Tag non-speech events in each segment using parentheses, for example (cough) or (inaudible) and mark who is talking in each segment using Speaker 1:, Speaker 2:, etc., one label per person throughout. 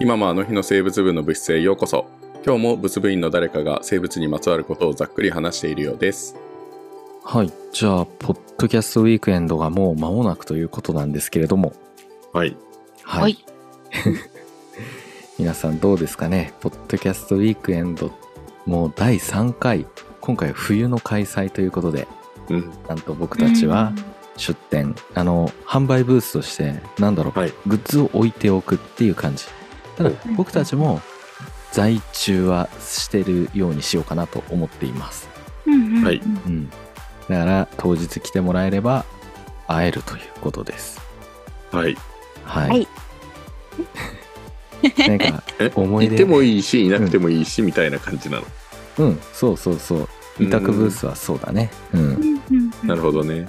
Speaker 1: 今もあの日の生物部の物質へようこそ今日も物部員の誰かが生物にまつわることをざっくり話しているようです
Speaker 2: はい。じゃあ、ポッドキャストウィークエンドがもう間もなくということなんですけれども、
Speaker 1: はい
Speaker 2: はい。皆さんどうですかねポッドキャストウィークエンド、もう第3回、今回冬の開催ということで、
Speaker 1: うん
Speaker 2: なんと僕たちは出店、あの、販売ブースとして、なんだろう、
Speaker 1: はい
Speaker 2: グッズを置いておくっていう感じ。ただ
Speaker 3: ん、
Speaker 2: 僕たちも在中はしてるようにしようかなと思っています。
Speaker 3: うんうんうん
Speaker 1: はい
Speaker 2: うん、だから当日来てもらえれば会えるということです
Speaker 1: はい
Speaker 2: はい、
Speaker 3: はい
Speaker 2: (laughs) なんか
Speaker 1: え
Speaker 2: 思い
Speaker 1: い
Speaker 2: 出
Speaker 1: てもいいしいなくてもいいし、みたいな感じなの
Speaker 2: うんそうそうそう委託ブースはそうだねうん、
Speaker 3: うんうんうん
Speaker 1: なるほどね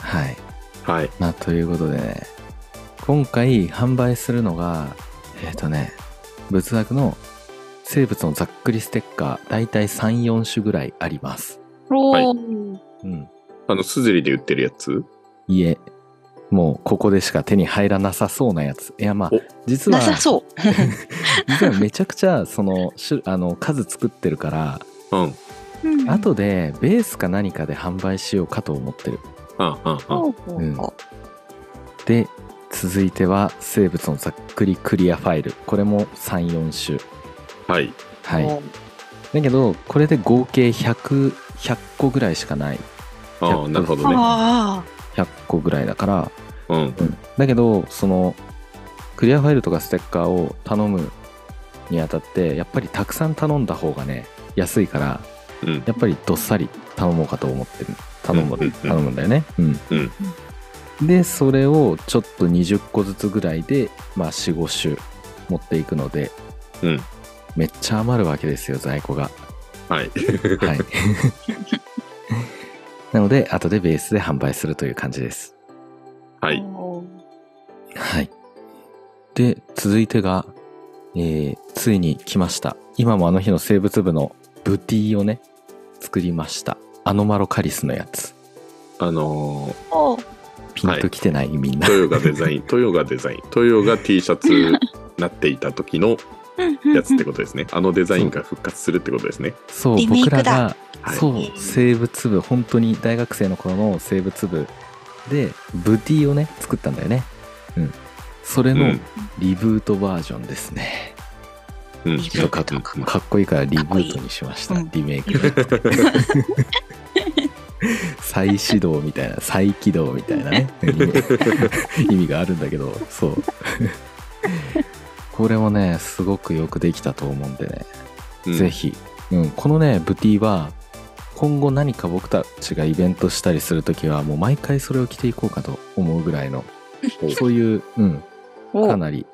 Speaker 2: はい
Speaker 1: はい
Speaker 2: まあということでね今回販売するのがえっ、とね仏学の生物のざっくりステッカー大体34種ぐらいあります
Speaker 3: おー
Speaker 2: うん
Speaker 1: あのすずりで売ってるやつ
Speaker 2: いえもうここでしか手に入らなさそうなやついやまあ
Speaker 1: お
Speaker 2: 実は
Speaker 3: (laughs) なさそう。
Speaker 2: 実はめちゃくちゃその種あの数作ってるから
Speaker 1: うん
Speaker 3: うん
Speaker 2: 後でベースか何かで販売しようかと思ってる
Speaker 1: あああ
Speaker 3: ほうほうほ
Speaker 2: で続いては生物のざっくりクリアファイルこれも34種
Speaker 1: あはい
Speaker 3: うん
Speaker 2: はいだけどこれで合計100100個ぐらいしかない
Speaker 1: ああなるほどね
Speaker 3: あ
Speaker 2: 100個ぐらいだから、
Speaker 1: うん
Speaker 2: だけどそのクリアファイルとかステッカーを頼むにあたってやっぱりたくさん頼んだ方がね安いから
Speaker 1: うん
Speaker 2: やっぱりどっさり頼もうかと思ってる頼む,、
Speaker 1: うんうんうん
Speaker 2: 頼むんだよねうん、
Speaker 1: うん
Speaker 2: でそれをちょっと20個ずつぐらいで、まあ、45種持っていくので、
Speaker 1: うん
Speaker 2: めっちゃ余るわけですよ
Speaker 1: (laughs)
Speaker 2: 在庫が
Speaker 1: はい
Speaker 2: はい (laughs) なので後でベースで販売するという感じです
Speaker 3: あ。
Speaker 1: はい
Speaker 3: おー。
Speaker 2: はいで続いてが、えーついに来ました今もあの日の生物部のブティをね作りましたアノマロカリスのやつ
Speaker 1: あのー
Speaker 3: おー
Speaker 2: ピンときてない、みんな。
Speaker 1: 豊がデザイ (laughs) ン豊がデザイン豊が T シャツなっていた時のやつってことですねあのデザインが復活するってことですね
Speaker 2: そう
Speaker 3: リメイ
Speaker 2: 僕
Speaker 3: クだ
Speaker 2: らが、
Speaker 1: はい
Speaker 2: そう生物部本当に大学生の頃の生物部でブティをね作ったんだよね。うん、それ
Speaker 1: う
Speaker 2: の
Speaker 1: ん
Speaker 2: リブートバージョンですね。
Speaker 1: うん
Speaker 3: リ
Speaker 2: ちょっとか
Speaker 3: ブー
Speaker 2: (laughs)
Speaker 3: ト
Speaker 2: かっこいいからリブートにしました。
Speaker 3: かっこ
Speaker 2: リメイクだと。再始動みたいな再起動みたいなね意味意味があるんだけどそうこれもねすごくよくできたと思うんでね
Speaker 1: うん
Speaker 2: ぜひ、うん、このねブティは今後何か僕たちがイベントしたりする時はもう毎回それを着ていこうかと思うぐらいのそういう、うん、
Speaker 3: お
Speaker 2: か
Speaker 3: ー
Speaker 2: なり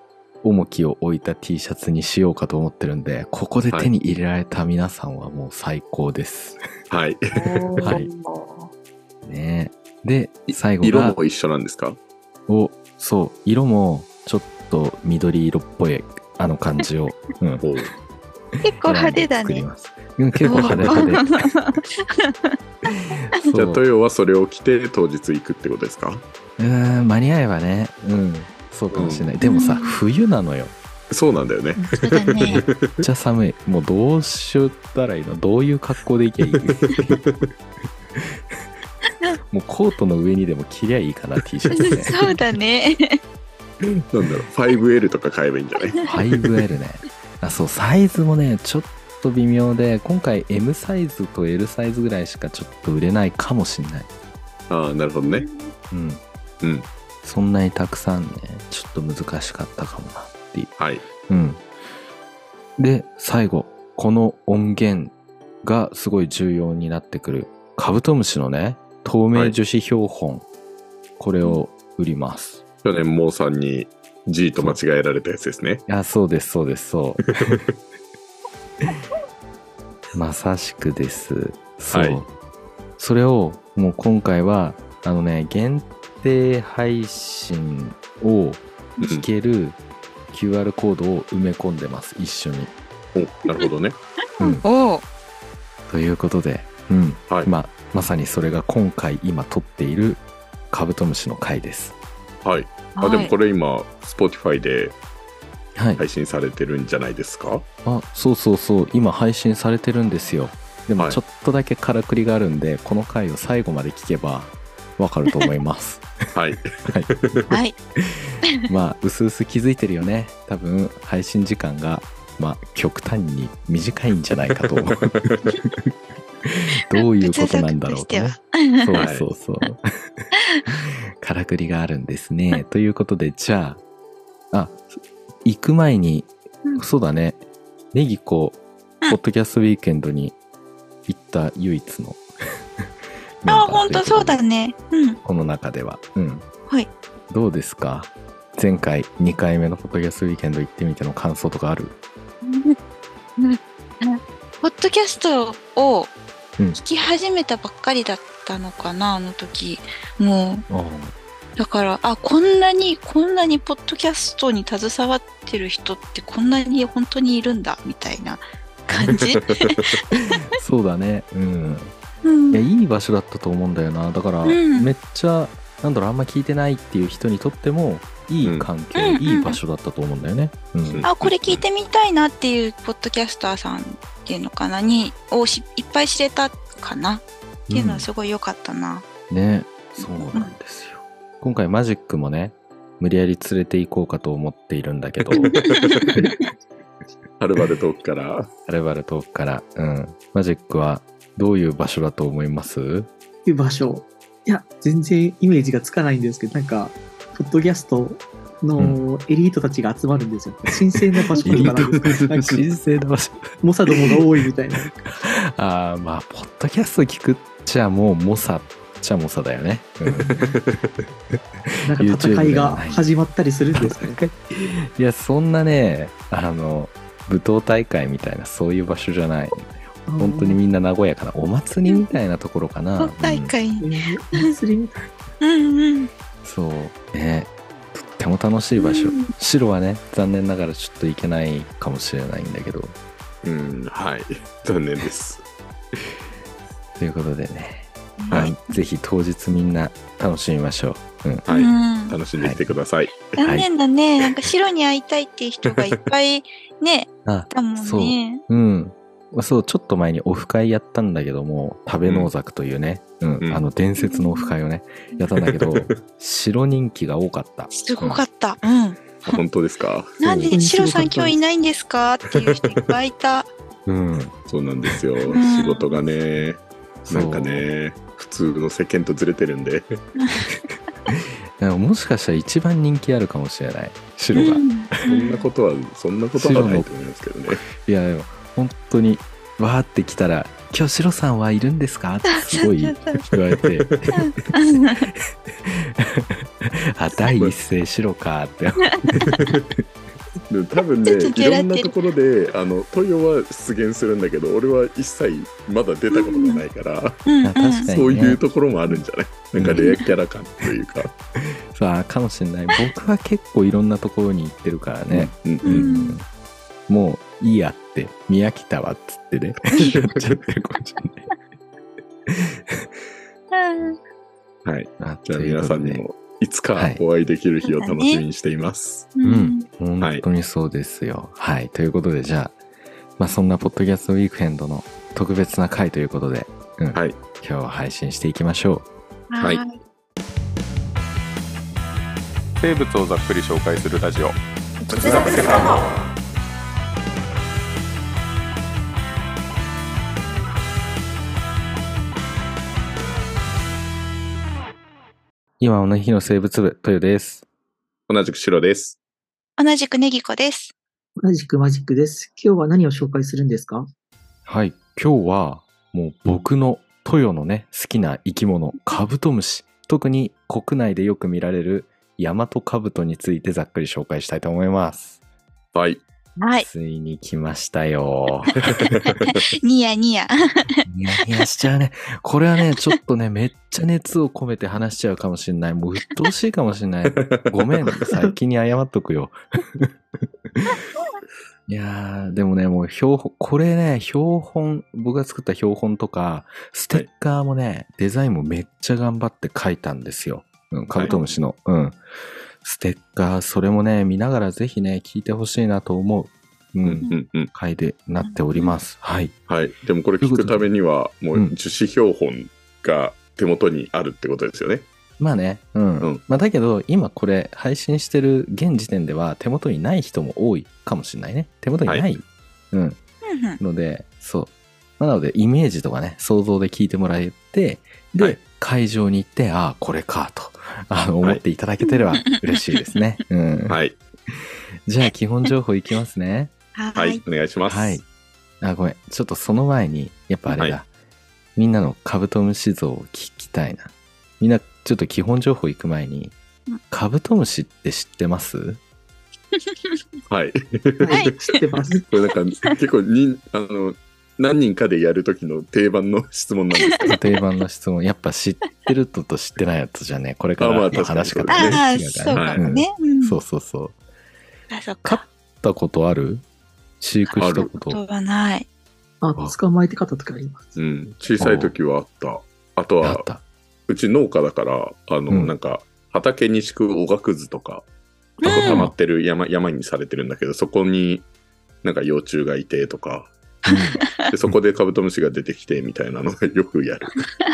Speaker 2: 重きを置いた T シャツにしようかと思ってるんでここで手に入れられた皆さんはもう最高です、
Speaker 1: はい
Speaker 2: はいねで最後
Speaker 1: 色
Speaker 2: が
Speaker 1: も一緒なんですか
Speaker 2: おそう色もちょっと緑色っぽいあの感じを、うん、
Speaker 1: おう
Speaker 3: 結構派手だ
Speaker 2: 作り
Speaker 3: ね。
Speaker 2: ますうん結構派手
Speaker 3: (laughs)
Speaker 2: 派手
Speaker 1: じゃあ
Speaker 2: そう
Speaker 1: 豊はそれを着て当日行くってことですか
Speaker 2: うーん間に合えばねうんそうかもしれない、でもさ
Speaker 3: うん
Speaker 2: 冬なのよ
Speaker 1: そうなんだよね
Speaker 3: そうだね。
Speaker 2: めっちゃ寒いもうどうしたらいいのどういう格好でいけばいい (laughs) もうコートの上にでも着りゃいいかな T シャツね
Speaker 3: そうだね。
Speaker 1: なんだろう 5L とか買えばいいんじゃない
Speaker 2: (laughs) 5L ねあそうサイズもねちょっと微妙で今回 M サイズと L サイズぐらいしかちょっと売れないかもしんない
Speaker 1: ああなるほどね
Speaker 2: うん
Speaker 1: うん
Speaker 2: そんなにたくさんねちょっと難しかったかもなっていう
Speaker 1: はい
Speaker 2: うん。で、最後、この音源がすごい重要になってくる、カブトムシのね、透明樹脂標本、これを売ります。
Speaker 1: 去年モーさんに G と間違えられたやつですね
Speaker 2: いや、そうです、そうで
Speaker 1: (laughs)
Speaker 2: す、そう。まさしくです。そう。
Speaker 1: はい
Speaker 2: それを、もう今回は、あのね、限定配信を聞ける QR コードを埋め込んでます、一緒に。
Speaker 1: おなるほどね
Speaker 2: うん
Speaker 3: おー
Speaker 2: ということで、うん
Speaker 1: はい
Speaker 2: まあまさにそれが今回今撮っているカブトムシの回です。
Speaker 1: はいあでもこれ今 Spotify で
Speaker 2: はい、
Speaker 1: 配信されてるんじゃないですか、
Speaker 2: あそうそうそう今配信されてるんですよでも
Speaker 1: はい
Speaker 2: ちょっとだけからくりがあるんでこの回を最後まで聞けばわかると思います
Speaker 1: はい、
Speaker 3: はい。 (laughs)
Speaker 2: まあうすうす気づいてるよね多分配信時間がまあ極端に短いんじゃないか
Speaker 3: (laughs)
Speaker 2: とどういうことなんだろうか、ね、
Speaker 3: ね。
Speaker 2: そう
Speaker 1: はい
Speaker 2: そうそう。 (laughs) からくりがあるんですね。ということで、じゃあ、あ、行く前に、
Speaker 3: うん
Speaker 2: そうだね、ネギ子、
Speaker 3: うん
Speaker 2: ポッドキャストウィークエンドに行った唯一のメン
Speaker 3: あ
Speaker 2: バー
Speaker 3: あ、本当そうだ
Speaker 2: といことで。
Speaker 3: ね。うん。
Speaker 2: この中では。うん。
Speaker 3: はい。
Speaker 2: どうですか前回2回目のポッドキャストウィークエンド行ってみての感想とかある
Speaker 3: うんうんポッドキャストを
Speaker 2: うん
Speaker 3: 聞き始めたばっかりだったのかな、あの時。もう、
Speaker 2: あ
Speaker 3: だから、あ、こんなに、こんなにポッドキャストに携わってる人ってこんなに本当にいるんだ、みたいな感じ。
Speaker 2: そうだね。うん。
Speaker 3: うん
Speaker 2: いやいい場所だったと思うんだよなだから、
Speaker 3: うん
Speaker 2: めっちゃなんだろうあんま聞いてないっていう人にとってもいい環境、
Speaker 3: うん
Speaker 2: いい場所だったと思うんだよね、うん
Speaker 1: うん
Speaker 3: あ、これ聞いてみたいなっていうポッドキャスターさんっていうのかな、に、をしいっぱい知れたかなっていうのはすごい良かったな。
Speaker 2: ねそうなんですよ今回マジックもね無理やり連れて行こうかと思っているんだけ (laughs) ど
Speaker 1: はるばる遠くから
Speaker 2: はるばる遠くから、うん、マジックはどういう場所だと思います
Speaker 4: っていう場所。いや、全然イメージがつかないんですけど、なんか、ポッドキャストのエリートたちが集まるんですよ。神聖な場所とかなんですなんか
Speaker 2: 神聖な場所 (laughs)
Speaker 4: モサどもが多いみたいな。
Speaker 2: ああまあポッドキャスト聞くっちゃもう猛者っちゃ猛者だよね、うん
Speaker 4: なんか
Speaker 2: YouTube
Speaker 4: 戦いが始まったりするんですかね。
Speaker 2: いやそんなねあの舞踏大会みたいなそういう場所じゃない本当にみんな和やかなお祭りみたいなところかな、
Speaker 3: 今大
Speaker 2: うん
Speaker 3: 会。
Speaker 4: えー。お祭りみたい
Speaker 3: うんうん。
Speaker 2: そうねとっても楽しい場所、
Speaker 3: うん
Speaker 2: 白はね残念ながらちょっと行けないかもしれないんだけど
Speaker 1: うんはい残念です
Speaker 2: ということでね、
Speaker 1: はい
Speaker 2: まあぜひ当日みんな楽しみましょう、うん、
Speaker 1: はい、
Speaker 3: うん
Speaker 1: 楽しんできてください、
Speaker 3: 残念だね。なんか白に会いたいっていう人がいっぱいね、
Speaker 2: あ
Speaker 3: だも
Speaker 2: そ
Speaker 3: ん
Speaker 2: う
Speaker 3: ね。
Speaker 2: うんそうちょっと前にオフ会やったんだけども食べ農作というね、うん
Speaker 1: うん
Speaker 2: あの伝説のオフ会をねやったんだけど白人気が多かった
Speaker 3: すごかった。うん。
Speaker 1: あ本当ですか
Speaker 3: なん
Speaker 2: そう
Speaker 3: で白さん今日いないんですかっていう人いっぱいいた。
Speaker 2: うん
Speaker 1: そうなんですよ
Speaker 3: ん
Speaker 1: 仕事がねなんかね普通の世間とずれてるんで
Speaker 2: そうもしかしたら一番人気あるかもしれない白が、
Speaker 3: う
Speaker 2: い
Speaker 3: ん
Speaker 1: そんなことはそんなことはないと思いますけどね
Speaker 2: やでも本当にわーって来たら「今日白さんはいるんですか?」ってすごい言わ
Speaker 1: (laughs)
Speaker 2: れて
Speaker 3: うん
Speaker 2: 「あ第一声白か」って
Speaker 1: で多分ね
Speaker 3: ちょっと
Speaker 1: い
Speaker 3: ゲラ
Speaker 1: ろ
Speaker 3: っ
Speaker 1: ん
Speaker 3: てる
Speaker 1: なところであのトヨは出現するんだけど俺は一切まだ出たことがないから、
Speaker 3: うん
Speaker 2: あ確かに
Speaker 1: そういうところもあるんじゃないなんかレアキャラ感というか、
Speaker 2: さあかもしれない僕は結構いろんなところに行ってるからね、
Speaker 1: うん
Speaker 3: う
Speaker 1: うん
Speaker 3: ん
Speaker 2: もういいやって見飽きたわっつって
Speaker 1: (laughs)
Speaker 2: ね言っちゃってるかもしれない
Speaker 3: うん
Speaker 1: (laughs) はい
Speaker 2: あ
Speaker 1: じゃあ皆さんにもいつか
Speaker 2: はい
Speaker 1: お会いできる日を楽しみにしています。
Speaker 3: うん
Speaker 2: 本当にそうですよ。はい、ということで、じゃあ、まあ、そんなポッドキャストウィークエンドの特別な回ということで、うん
Speaker 1: はい
Speaker 2: 今日は配信していきましょう。
Speaker 1: はい
Speaker 3: はい
Speaker 1: 生物をざっくり紹介するラジオ。
Speaker 2: 今の日の生物部、トヨです。
Speaker 1: 同じく白です。
Speaker 3: 同じくネギ子です。
Speaker 4: な。同じくマジックです。今日は何を紹介するんですか
Speaker 2: はい、今日はもう僕のトヨのね、好きな生き物、カブトムシ。特に国内でよく見られるヤマトカブトについてざっくり紹介したいと思います。
Speaker 1: はい。
Speaker 3: はい。
Speaker 2: ついに来ました
Speaker 3: (laughs)
Speaker 2: よ。
Speaker 3: ニヤニヤ。
Speaker 2: ニヤニヤしちゃうね。これはね、ちょっとね、めっちゃ熱を込めて話しちゃうかもしんない。もう鬱陶しいかもしんない。ごめん、先に謝っとく
Speaker 3: (laughs)
Speaker 2: よ。いやー、でもね、もう標本、これね、標本、僕が作った標本とか、ステッカーもね、デザインもめっちゃ頑張って書いたんですよ。うん、カブトムシの。うん。ステッカー、それもね、見ながらぜひね、聞いてほしいなと思う、う、
Speaker 1: うんんうん
Speaker 2: 回でなっております。はい。
Speaker 1: はい。でもこれ聞くためには、もう樹脂標本が手元にあるってことですよね。
Speaker 2: まあね、うん。
Speaker 1: うん
Speaker 2: まあだけど、今これ配信してる現時点では手元にない人も多いかもしれないね。手元にない。
Speaker 1: はい
Speaker 2: うん。
Speaker 3: うんうん
Speaker 2: ので、そう。まあなので、イメージとかね、想像で聞いてもらえて、で、
Speaker 1: はい
Speaker 2: 会場に行って、ああ、これか、と、あの、思っていただけてれば嬉しいですね。うん。
Speaker 1: はい。
Speaker 2: じゃあ、基本情報いきますね。
Speaker 1: は
Speaker 3: はいい。。
Speaker 1: お願いします。
Speaker 2: はい。あ、ごめん。ちょっとその前に、やっぱあれだ。
Speaker 1: は
Speaker 2: みんなのカブトムシ像を聞きたいな。みんな、ちょっと基本情報行く前に
Speaker 3: うん、
Speaker 2: カブトムシって知ってます
Speaker 1: はい。
Speaker 3: はい
Speaker 4: (laughs) 知ってます。
Speaker 1: これなんか結構にあの何人かでやる時の定番の質問なん
Speaker 2: (laughs)
Speaker 1: ですけど
Speaker 2: 定番の
Speaker 3: (laughs)
Speaker 2: 質問。やっぱ知ってるのと知ってないやつじゃね、これか
Speaker 1: あま
Speaker 2: ら
Speaker 1: あ
Speaker 2: の話し方
Speaker 1: 確
Speaker 3: ああ、
Speaker 2: 違
Speaker 3: そ
Speaker 2: か
Speaker 3: う
Speaker 2: ら
Speaker 3: かもね。うん
Speaker 2: そうそうそう。
Speaker 3: あ、そう
Speaker 2: 飼っ
Speaker 3: か。
Speaker 2: たことある飼育したこ。
Speaker 3: こととがない。
Speaker 4: あ、捕まえて買った時あります。
Speaker 1: うん、小さい時はあったあと
Speaker 2: あ
Speaker 1: は
Speaker 2: った。
Speaker 1: うち農家だからあの、
Speaker 2: うん
Speaker 1: なんか畑に敷くおがくずとかなんか溜まってる山,、山にされてるんだけどそこになんか幼虫がいてとかでそこでカブトムシが出てきてみたいなのがよくやる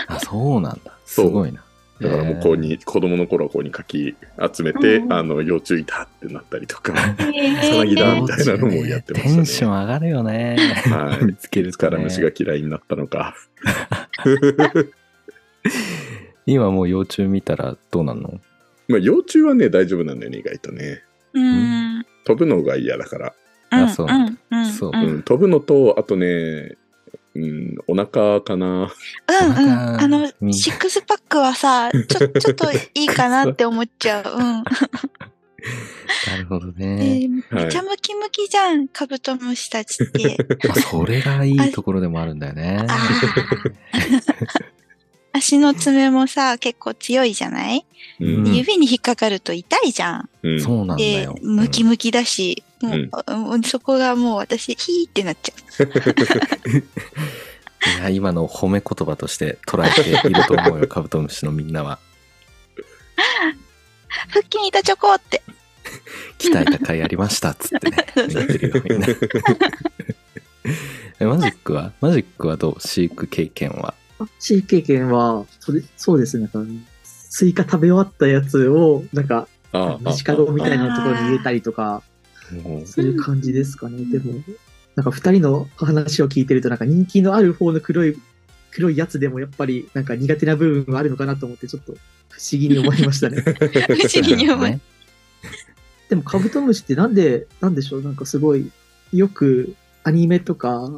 Speaker 2: あ、そうなんだ。す
Speaker 1: (laughs) そう
Speaker 2: ごいな。
Speaker 1: だからもうこうに子供の頃はこうにかき集めて、
Speaker 3: うん
Speaker 1: あの幼虫いたってなったりとか
Speaker 3: さ
Speaker 1: なぎだみたいなのも
Speaker 2: も
Speaker 1: やってましたね
Speaker 2: テンション上がるよね。
Speaker 1: はい
Speaker 2: 見つける
Speaker 1: いつか
Speaker 2: と
Speaker 1: ら
Speaker 2: ね
Speaker 1: 虫が嫌いになったのか
Speaker 2: 今もう幼虫見たらどうなんの
Speaker 1: まあ幼虫はね大丈夫なんだよね意外とね
Speaker 3: うん。うん。
Speaker 1: 飛ぶのが嫌だから、
Speaker 2: あそうなん
Speaker 3: うん。
Speaker 2: そう
Speaker 3: うん。
Speaker 1: うん、飛ぶのとあとね、うん、お腹かな
Speaker 3: うんうん。
Speaker 2: なんか
Speaker 3: あの、
Speaker 2: みんな
Speaker 3: シックスパックはさ、ちょ、ちょっといいかなって思っちゃう。うん。
Speaker 2: なるほど
Speaker 3: え
Speaker 2: ね。
Speaker 3: ー
Speaker 1: はい
Speaker 3: めちゃムキムキじゃん、カブトムシたちって。
Speaker 2: まあそれがいいところでもあるんだよね。
Speaker 3: あ (laughs) 足の爪もさ、結構強いじゃない、
Speaker 1: うん
Speaker 2: うん
Speaker 3: 指に引っかかると痛いじゃん。
Speaker 1: うん (laughs)
Speaker 2: そうなんだ
Speaker 3: で
Speaker 2: よ、。
Speaker 3: ムキムキだし、もううんそこがもう私、ヒーってなっちゃ
Speaker 2: いや、今の褒め言葉として捉えていると思う
Speaker 3: (laughs)
Speaker 2: よ、カブトムシのみんなは。
Speaker 3: う。腹筋いたチョコって。
Speaker 2: 鍛えた甲斐ありましたっつってね (laughs) 言ってるよ
Speaker 3: (laughs)
Speaker 2: みんなえマジックはマジックはどう飼育経験は
Speaker 4: 飼育経験は、それ、そうですね、なんか、スイカ食べ終わったやつを、なんか、
Speaker 1: ああ
Speaker 4: 虫かごみたいなところに入れたりとか、そういう感じですかね。でも、なんか二人の話を聞いてると、なんか人気のある方の黒い、黒いやつでもやっぱり、なんか苦手な部分があるのかなと思って、ちょっと不思議に思いまし
Speaker 2: (laughs)
Speaker 4: たね。
Speaker 3: 不思議に思い。
Speaker 2: ね
Speaker 4: でもカブトムシってなんで、なんでしょう、なんかすごい、よくアニメとか、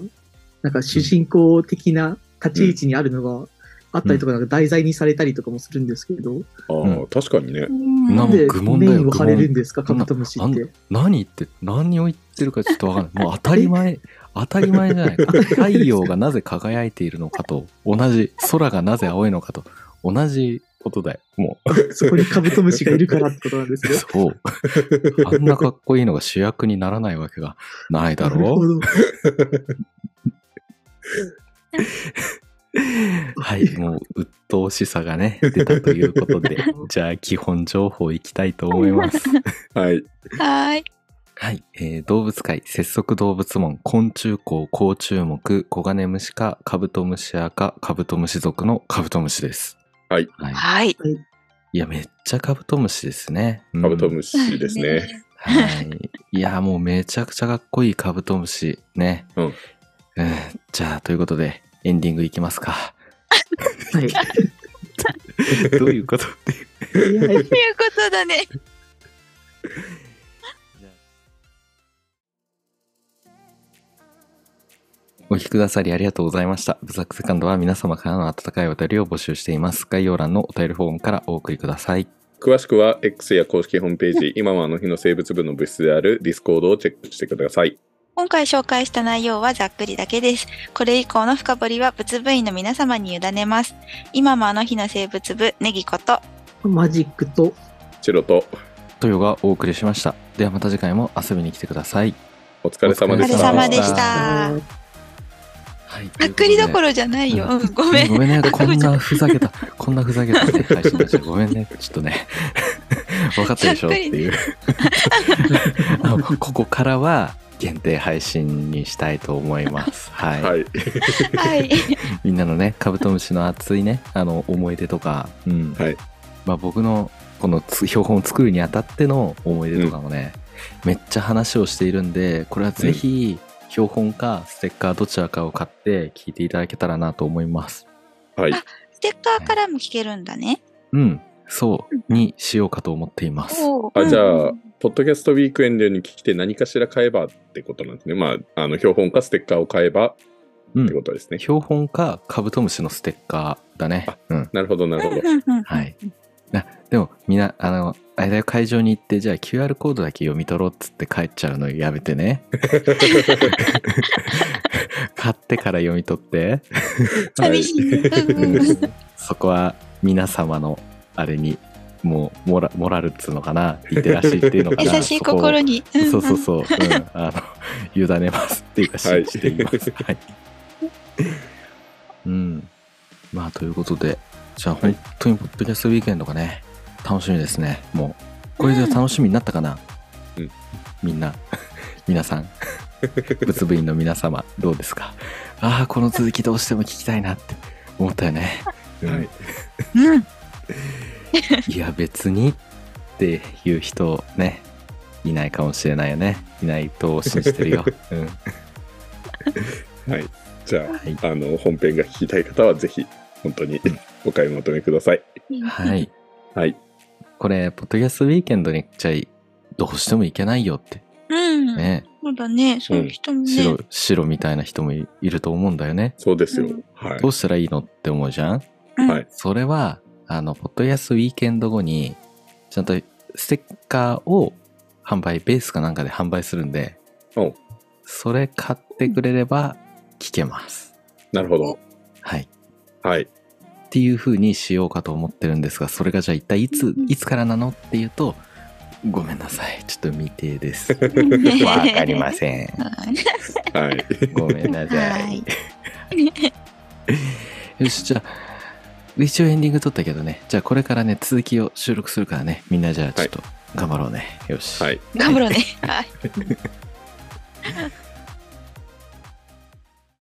Speaker 4: なんか主人公的な立ち位置にあるのがあったりとか、なんか題材にされたりとかもするんですけど、
Speaker 1: ああ、
Speaker 2: うん
Speaker 1: 確かにね
Speaker 3: うん
Speaker 2: な
Speaker 4: なんん
Speaker 2: か
Speaker 4: で
Speaker 2: 愚問だ
Speaker 4: メ
Speaker 2: よ
Speaker 4: インを張れるんですか、
Speaker 2: 愚
Speaker 4: カ
Speaker 2: 問
Speaker 4: ブトムシ
Speaker 2: あ
Speaker 4: っ
Speaker 2: ん
Speaker 4: て。
Speaker 2: 何言って何を言ってるかちょっとわかんないもう当たり前当たり前じゃない太陽がなぜ輝いているのかと同じ空がなぜ青いのかと同じことだよも
Speaker 4: そこにカブトムシがいるからってことなんです
Speaker 2: う
Speaker 4: よ。
Speaker 2: (laughs) そうあんなかっこいいのが主役にならないわけがないだ
Speaker 4: なるほ
Speaker 2: ろう
Speaker 4: ど。
Speaker 2: はい、もう鬱陶しさがね、出たということ
Speaker 1: (laughs)
Speaker 2: で、じゃあ基本情報いきたいと思います。
Speaker 1: はい
Speaker 3: はーい。
Speaker 2: はい、えー動物界、節足動物門、昆虫綱、甲虫目、コガネムシ科、カブトムシア科、カブトムシ属のカブトムシです。
Speaker 1: はい
Speaker 2: はい。
Speaker 3: はい。
Speaker 2: いや、めっちゃカブトムシですね。うん
Speaker 1: カブトムシですね。
Speaker 2: はい。いや、もうめちゃくちゃかっこいいカブトムシ。ね。
Speaker 1: うん
Speaker 2: うんじゃあ、ということで、エンディングいきますか。
Speaker 4: はい。
Speaker 2: (laughs) どういうこと
Speaker 4: 早
Speaker 3: (laughs)
Speaker 4: い
Speaker 3: ということだね。
Speaker 2: お聞きくださりありがとうございました。ブザックセカンドは皆様からの温かいお便りを募集しています。概要欄のお便りフォームからお送りください。
Speaker 1: 詳しくは X や公式ホームページ今はあの日の生物部の物質であるディスコードをチェックしてください
Speaker 3: 今回紹介した内容はざっくりだけです。これ以降の深掘りは仏部員の皆様に委ねます。今もあの日の生物部、ネギこと。
Speaker 4: マジックと
Speaker 1: チロと
Speaker 2: トヨがお送りしました。ではまた次回も遊びに来てください。
Speaker 1: お疲れ様
Speaker 3: お
Speaker 1: で
Speaker 3: 疲
Speaker 1: し
Speaker 3: れ
Speaker 1: た
Speaker 3: 様でし。
Speaker 2: お疲れ様でした
Speaker 4: あー
Speaker 2: はい。
Speaker 3: パクリどころじゃないよ。うんご
Speaker 2: と
Speaker 3: め
Speaker 2: (laughs) いうことで。ご
Speaker 3: ん。
Speaker 2: めんね。こん
Speaker 3: ごめ
Speaker 2: なふざけた、こんなふざけたね、配信でした。ごめんね。ちょっとね。 (laughs) 分かったでしょっていう。 (laughs) あのここからは限定配信にしたいと思います。はい。
Speaker 1: はい。
Speaker 3: はい。
Speaker 2: みんなのね、カブトムシの熱いね、あの、思い出とか、うん。
Speaker 1: はい
Speaker 2: まあ僕の、このつ標本を作るにあたっての思い出とかもね、めっちゃ話をしているんで、これはぜひ、標本かステッカーどちらかを買って聞いていただけたらなと思います。
Speaker 1: はい。
Speaker 3: ステッカーからも聞けるんだね。
Speaker 2: うん。そう、にしようかと思っています。
Speaker 3: おー
Speaker 1: あじゃあ
Speaker 3: うん
Speaker 1: ポッドキャストウィークエンドに来て何かしら買えばってことなんですね。まあ、あの、標本かステッカーを買えば
Speaker 2: う
Speaker 1: ってこ
Speaker 2: ん。
Speaker 1: とですね。
Speaker 2: 標本かカブトムシのステッカーだね
Speaker 1: あ。
Speaker 2: うん。
Speaker 1: なるほど、なるほど。
Speaker 3: うんうんうん
Speaker 2: はい。なでも、みんな、あの、あれだよ、会場に行って、じゃあ QR コードだけ読み取ろうっつって帰っちゃうのやめてね。
Speaker 3: (laughs)
Speaker 2: 買ってから読み取って、
Speaker 1: はい
Speaker 3: 寂しいね。うんうんうん
Speaker 2: そこは皆様のあれに、もうモラ、モラルっつうのかな、リテラシーっていうのかな。
Speaker 3: (laughs) 優しい
Speaker 2: そこを
Speaker 3: 心に。んん
Speaker 2: そうそうそう、うん、あの、委ねますっていうか、
Speaker 1: はい
Speaker 2: 信じてい
Speaker 1: (laughs)
Speaker 2: ます。はい。うん。まあ、ということで、じゃあ、本当に、ポッドキャストウィークエンドがね、楽しみですね。もう、これで楽しみになったかな、
Speaker 1: うん
Speaker 2: みんな、皆さん、仏部員の皆様、どうですかああ、この続きどうしても聞きたいなって思ったよね。
Speaker 1: (laughs)
Speaker 2: うん
Speaker 1: はい
Speaker 3: うん。
Speaker 2: いや別にっていう人ねいないかもしれないよねいないと信じてる
Speaker 1: (laughs)
Speaker 2: よ、うん、
Speaker 1: はい。じゃ
Speaker 2: はい、
Speaker 1: あ、あの、本編が聞きたい方はぜひ、本当にお買い求めください。
Speaker 2: は。い
Speaker 1: (laughs) はい。
Speaker 2: これポッドキャストウィーケンドにじゃあどうしてもいけないよって
Speaker 3: うん。
Speaker 2: ね、
Speaker 3: そうだね。そういう人もね
Speaker 2: 白。白みたいな人もいいると思うんだよね
Speaker 1: そうですよ
Speaker 3: うん。
Speaker 1: はい
Speaker 2: ど。うしたらいいのって思うじゃん
Speaker 3: うん
Speaker 1: はい
Speaker 2: それはあのポッドキャストウィーケンド後にちゃんとステッカーを販売ベースかなんかで販売するんで
Speaker 1: お
Speaker 2: それ買ってくれれば聞けます
Speaker 1: なるほど。
Speaker 2: はい
Speaker 1: はい。
Speaker 2: っていう風にしようかと思ってるんですが、それがじゃあ一体いつ、いつからなのっていうと、ごめんなさい。ちょっと未定です。
Speaker 1: (laughs)
Speaker 2: わかりません。
Speaker 3: (laughs) はい
Speaker 1: はい。
Speaker 2: (laughs) ごめんなさ
Speaker 3: はい
Speaker 2: い。よし、じゃあ、一応エンディング撮ったけどね、じゃあこれからね、続きを収録するからね、みんなじゃあちょっと頑張ろうね。よし。
Speaker 1: はい。
Speaker 3: 頑張ろうね。はい。